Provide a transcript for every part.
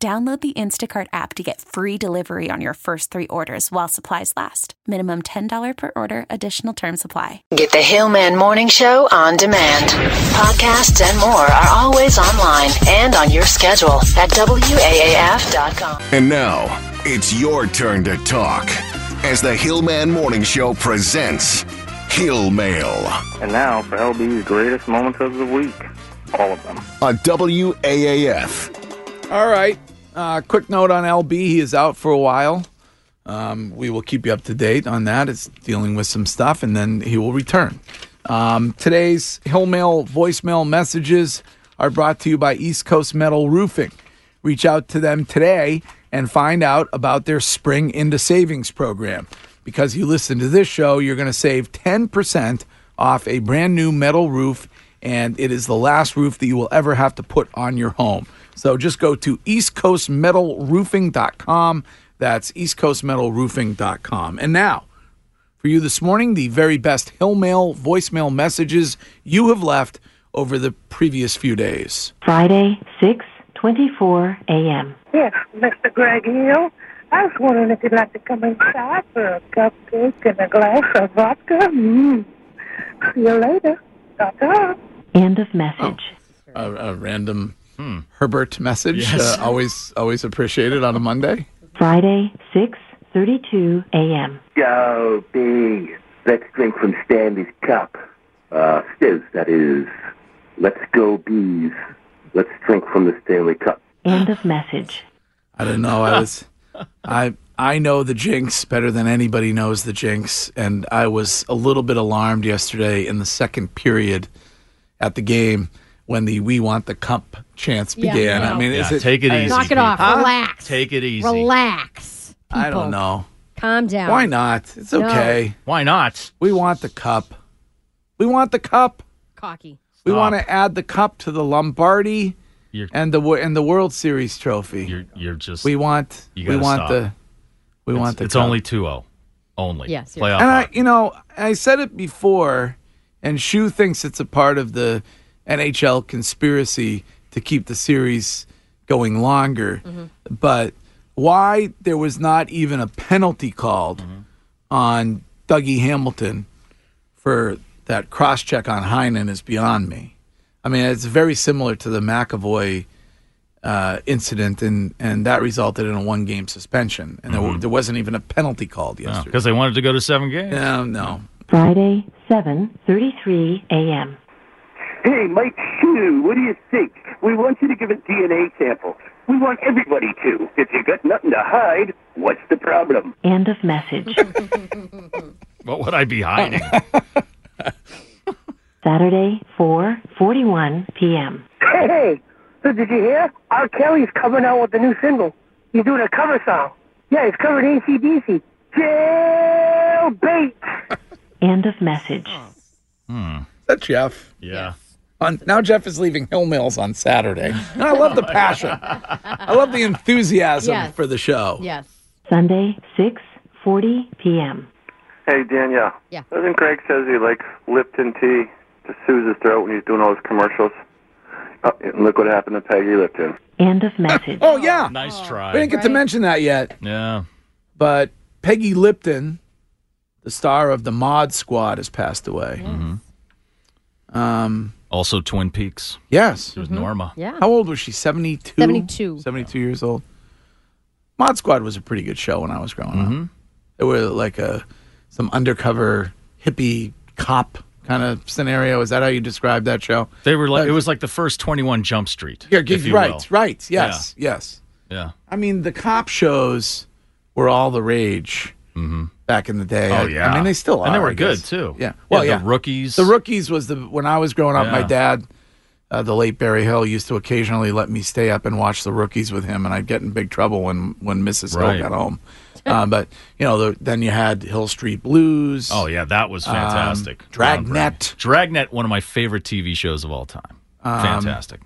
Download the Instacart app to get free delivery on your first three orders while supplies last. Minimum $10 per order, additional term supply. Get the Hillman Morning Show on demand. Podcasts and more are always online and on your schedule at WAAF.com. And now, it's your turn to talk as the Hillman Morning Show presents Hill Mail And now for LB's greatest moments of the week. All of them. on WAAF. All right. Uh, quick note on LB. He is out for a while. Um, we will keep you up to date on that. It's dealing with some stuff, and then he will return. Um, today's Hill Mail voicemail messages are brought to you by East Coast Metal Roofing. Reach out to them today and find out about their Spring into Savings program. Because you listen to this show, you're going to save 10% off a brand new metal roof, and it is the last roof that you will ever have to put on your home. So just go to eastcoastmetalroofing.com. That's eastcoastmetalroofing.com. And now, for you this morning, the very best Hill Mail voicemail messages you have left over the previous few days. Friday, 6:24 a.m. Yes, Mr. Greg Hill. I was wondering if you'd like to come inside for a cupcake and a glass of vodka. Mm. See you later. ta End of message. A, a random Herbert message, uh, always always appreciated on a Monday. Friday, 6:32 a.m. Go bees. Let's drink from Stanley's cup. Uh, Stiz, that is. Let's go bees. Let's drink from the Stanley Cup. End of message. I don't know. I was, I I know the jinx better than anybody knows the jinx, and I was a little bit alarmed yesterday in the second period at the game when the "We Want the Cup" chance began. I mean, is Yeah, it? take it easy. Knock it off. Huh? Relax. Take it easy. Relax. I don't people. know. Calm down. Why not? It's No. okay. Why not? We want the cup. We want the cup. Cocky. We Stop. want to add the cup to the Lombardi You're- and the wo- and the World Series trophy. You're you're just. we want. You we gotta want stop. the. We it's, want the. It's cup. only 2-0. Only. Yes, yes. Playoff. And I, odds. you know, I said it before, and Shu thinks it's a part of the NHL conspiracy to keep the series going longer. Mm-hmm. But why there was not even a penalty called Mm-hmm. on Dougie Hamilton for that cross check on Heinen is beyond me. I mean, it's very similar to the McAvoy uh, incident, and, and that resulted in a one game suspension. And there, there wasn't even a penalty called Mm-hmm. No, yesterday. because they wanted to go to seven games. No, no. Friday, 7:33 a.m. Hey, Mike Shue, what do you think? We want you to give a DNA sample. We want everybody to. If you got nothing to hide, what's the problem? End of message. What would I be hiding? Saturday, 4:41 p.m. Hey, hey. So did you hear? R. Kelly's coming out with a new single. He's doing a cover song. Yeah, he's covered ACDC. Jailbait. End of message. Is that Jeff? yeah. On, now Jeff is leaving Hill Mills on Saturday. And I love the passion. I love the enthusiasm Yes. for the show. Yes. Sunday, 6:40 p.m. Hey, Danielle. Yeah. Doesn't Greg says he likes Lipton tea to soothe his throat when he's doing all his commercials? Oh, and look what happened to Peggy Lipton. End of message. Oh, yeah. Nice we try. didn't get to Right. mention that yet. Yeah. But Peggy Lipton, the star of the Mod Squad, has passed away. Um, Also, Twin Peaks. yes. It was Norma. Mm-hmm. Yeah. How old was she? 72? 72. 72 years old. Mod Squad was a pretty good show when I was growing Mm-hmm. up. It was like a some undercover hippie cop kind of scenario. Is that how you describe that show? They were like Uh, it was like the first Twenty One Jump Street. Yeah, if you right, will. right. Yes, yes. Yeah. I mean, the cop shows were all the rage back in the day. I- Mm-hmm. Oh yeah. I mean, they still are. and they were I good guess. too. Yeah. Well, yeah. The rookies. The rookies was the when I was growing up. My Yeah. dad uh, the late Barry Hill used to occasionally let me stay up and watch the rookies with him, and I'd get in big trouble when when Mrs. Right. Hill got home. uh, but you know, the, then you had Hill Street Blues. Oh yeah, that was um, fantastic. Dragnet. Dragnet, one of my favorite TV shows of all time. Um, fantastic.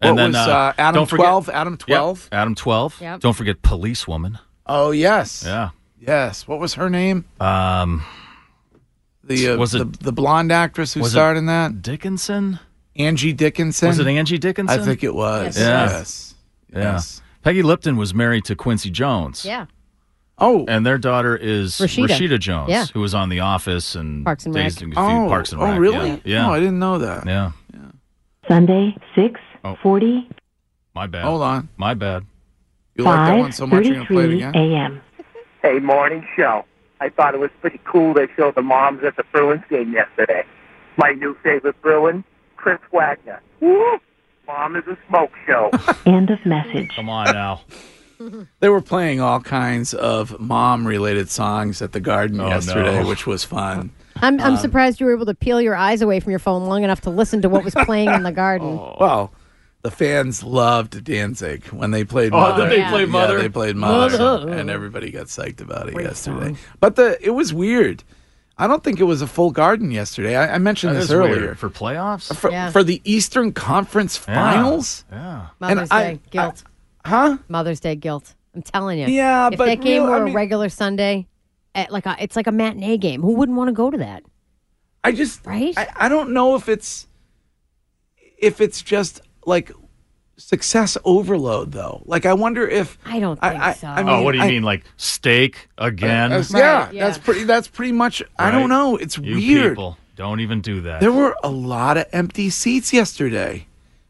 what was, uh, Adam 12? Adam Yep, 12? Adam Twelve. Yep. Don't forget Policewoman. Oh yes, Yeah. yes. What was her name? Um, The uh, Was it- the, the blonde actress who was it starred in that? Dickinson. Angie Dickinson. Was it Angie Dickinson? I think it was. Yes. Yeah. Yes. Yeah. Yes. Peggy Lipton was married to Quincy Jones. Yeah. Oh, And their daughter is Rashida. Rashida, Jones, Yeah. who was on The Office and Parks and Rec. Dazed Confused- Oh, Parks and oh, Rec. really? Yeah. yeah. No, I didn't know that. Yeah. Sunday, Oh. 6:40 My bad. Hold on. My bad. You like that one so much you're gonna play it 5:33 again? a.m. Hey, morning show. I thought it was pretty cool they showed the moms at the Bruins game yesterday. My new favorite Bruin, Chris Wagner. Woo! Mom is a smoke show. End of message. Come on now. They were playing all kinds of mom related songs at the garden Oh, yesterday, no. which was fun. I'm, Um, I'm surprised you were able to peel your eyes away from your phone long enough to listen to what was playing in the Oh. garden. Oh. Well, the fans loved Danzig when they played Oh, Mother. did they play Yeah, Mother? they played Mother, Mother. and everybody got psyched about it yesterday. But the it was weird. I don't think it was a full garden yesterday. I, I mentioned That this is earlier. weird. for playoffs. For, Yeah. for the Eastern Conference Yeah. Finals? Yeah. Mother's And Day I- guilt. Huh? Mother's Day guilt. I'm telling you. Yeah, if but that game real- were I a mean- regular Sunday, at like a, it's like a matinee game. Who wouldn't want to go to that? I just Right? I, I don't know if it's if it's just like success overload though. Like I wonder if I don't I- think I- so. I mean- Oh, what do you I- mean? Like steak again? Uh, yeah, yeah. that's pretty that's pretty much I Right? don't know. It's you weird. people don't even do that. There were a lot of empty seats yesterday.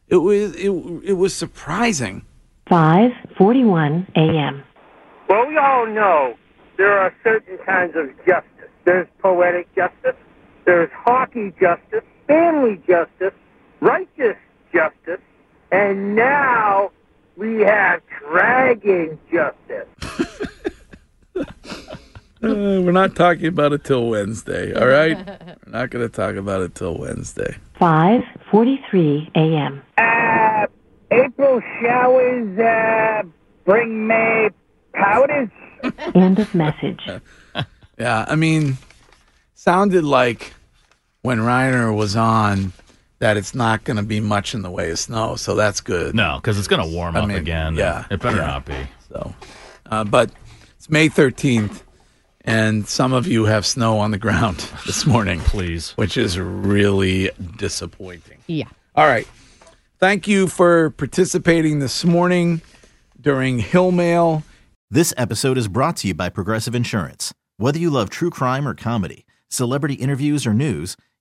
It was it, it was surprising. 5:41 a.m. Well, we all know there are certain kinds of justice. There's poetic justice. There's hockey justice, family justice, righteous justice, and now we have dragon justice. Uh, we're not talking about it till Wednesday, all right? we're not going to talk about it till Wednesday. 5:43 a.m. Uh, April showers uh, bring May powders. End of message. Yeah, I mean, sounded like when Reiner was on that it's not going to be much in the way of snow, so that's good. No, because it's going to warm I up mean, again. yeah, It better yeah. not be. So, uh, but it's May 13th, and some of you have snow on the ground this morning, Please. which is really disappointing. Yeah. All right. Thank you for participating this morning during Hill Mail. This episode is brought to you by Progressive Insurance. Whether you love true crime or comedy, celebrity interviews or news,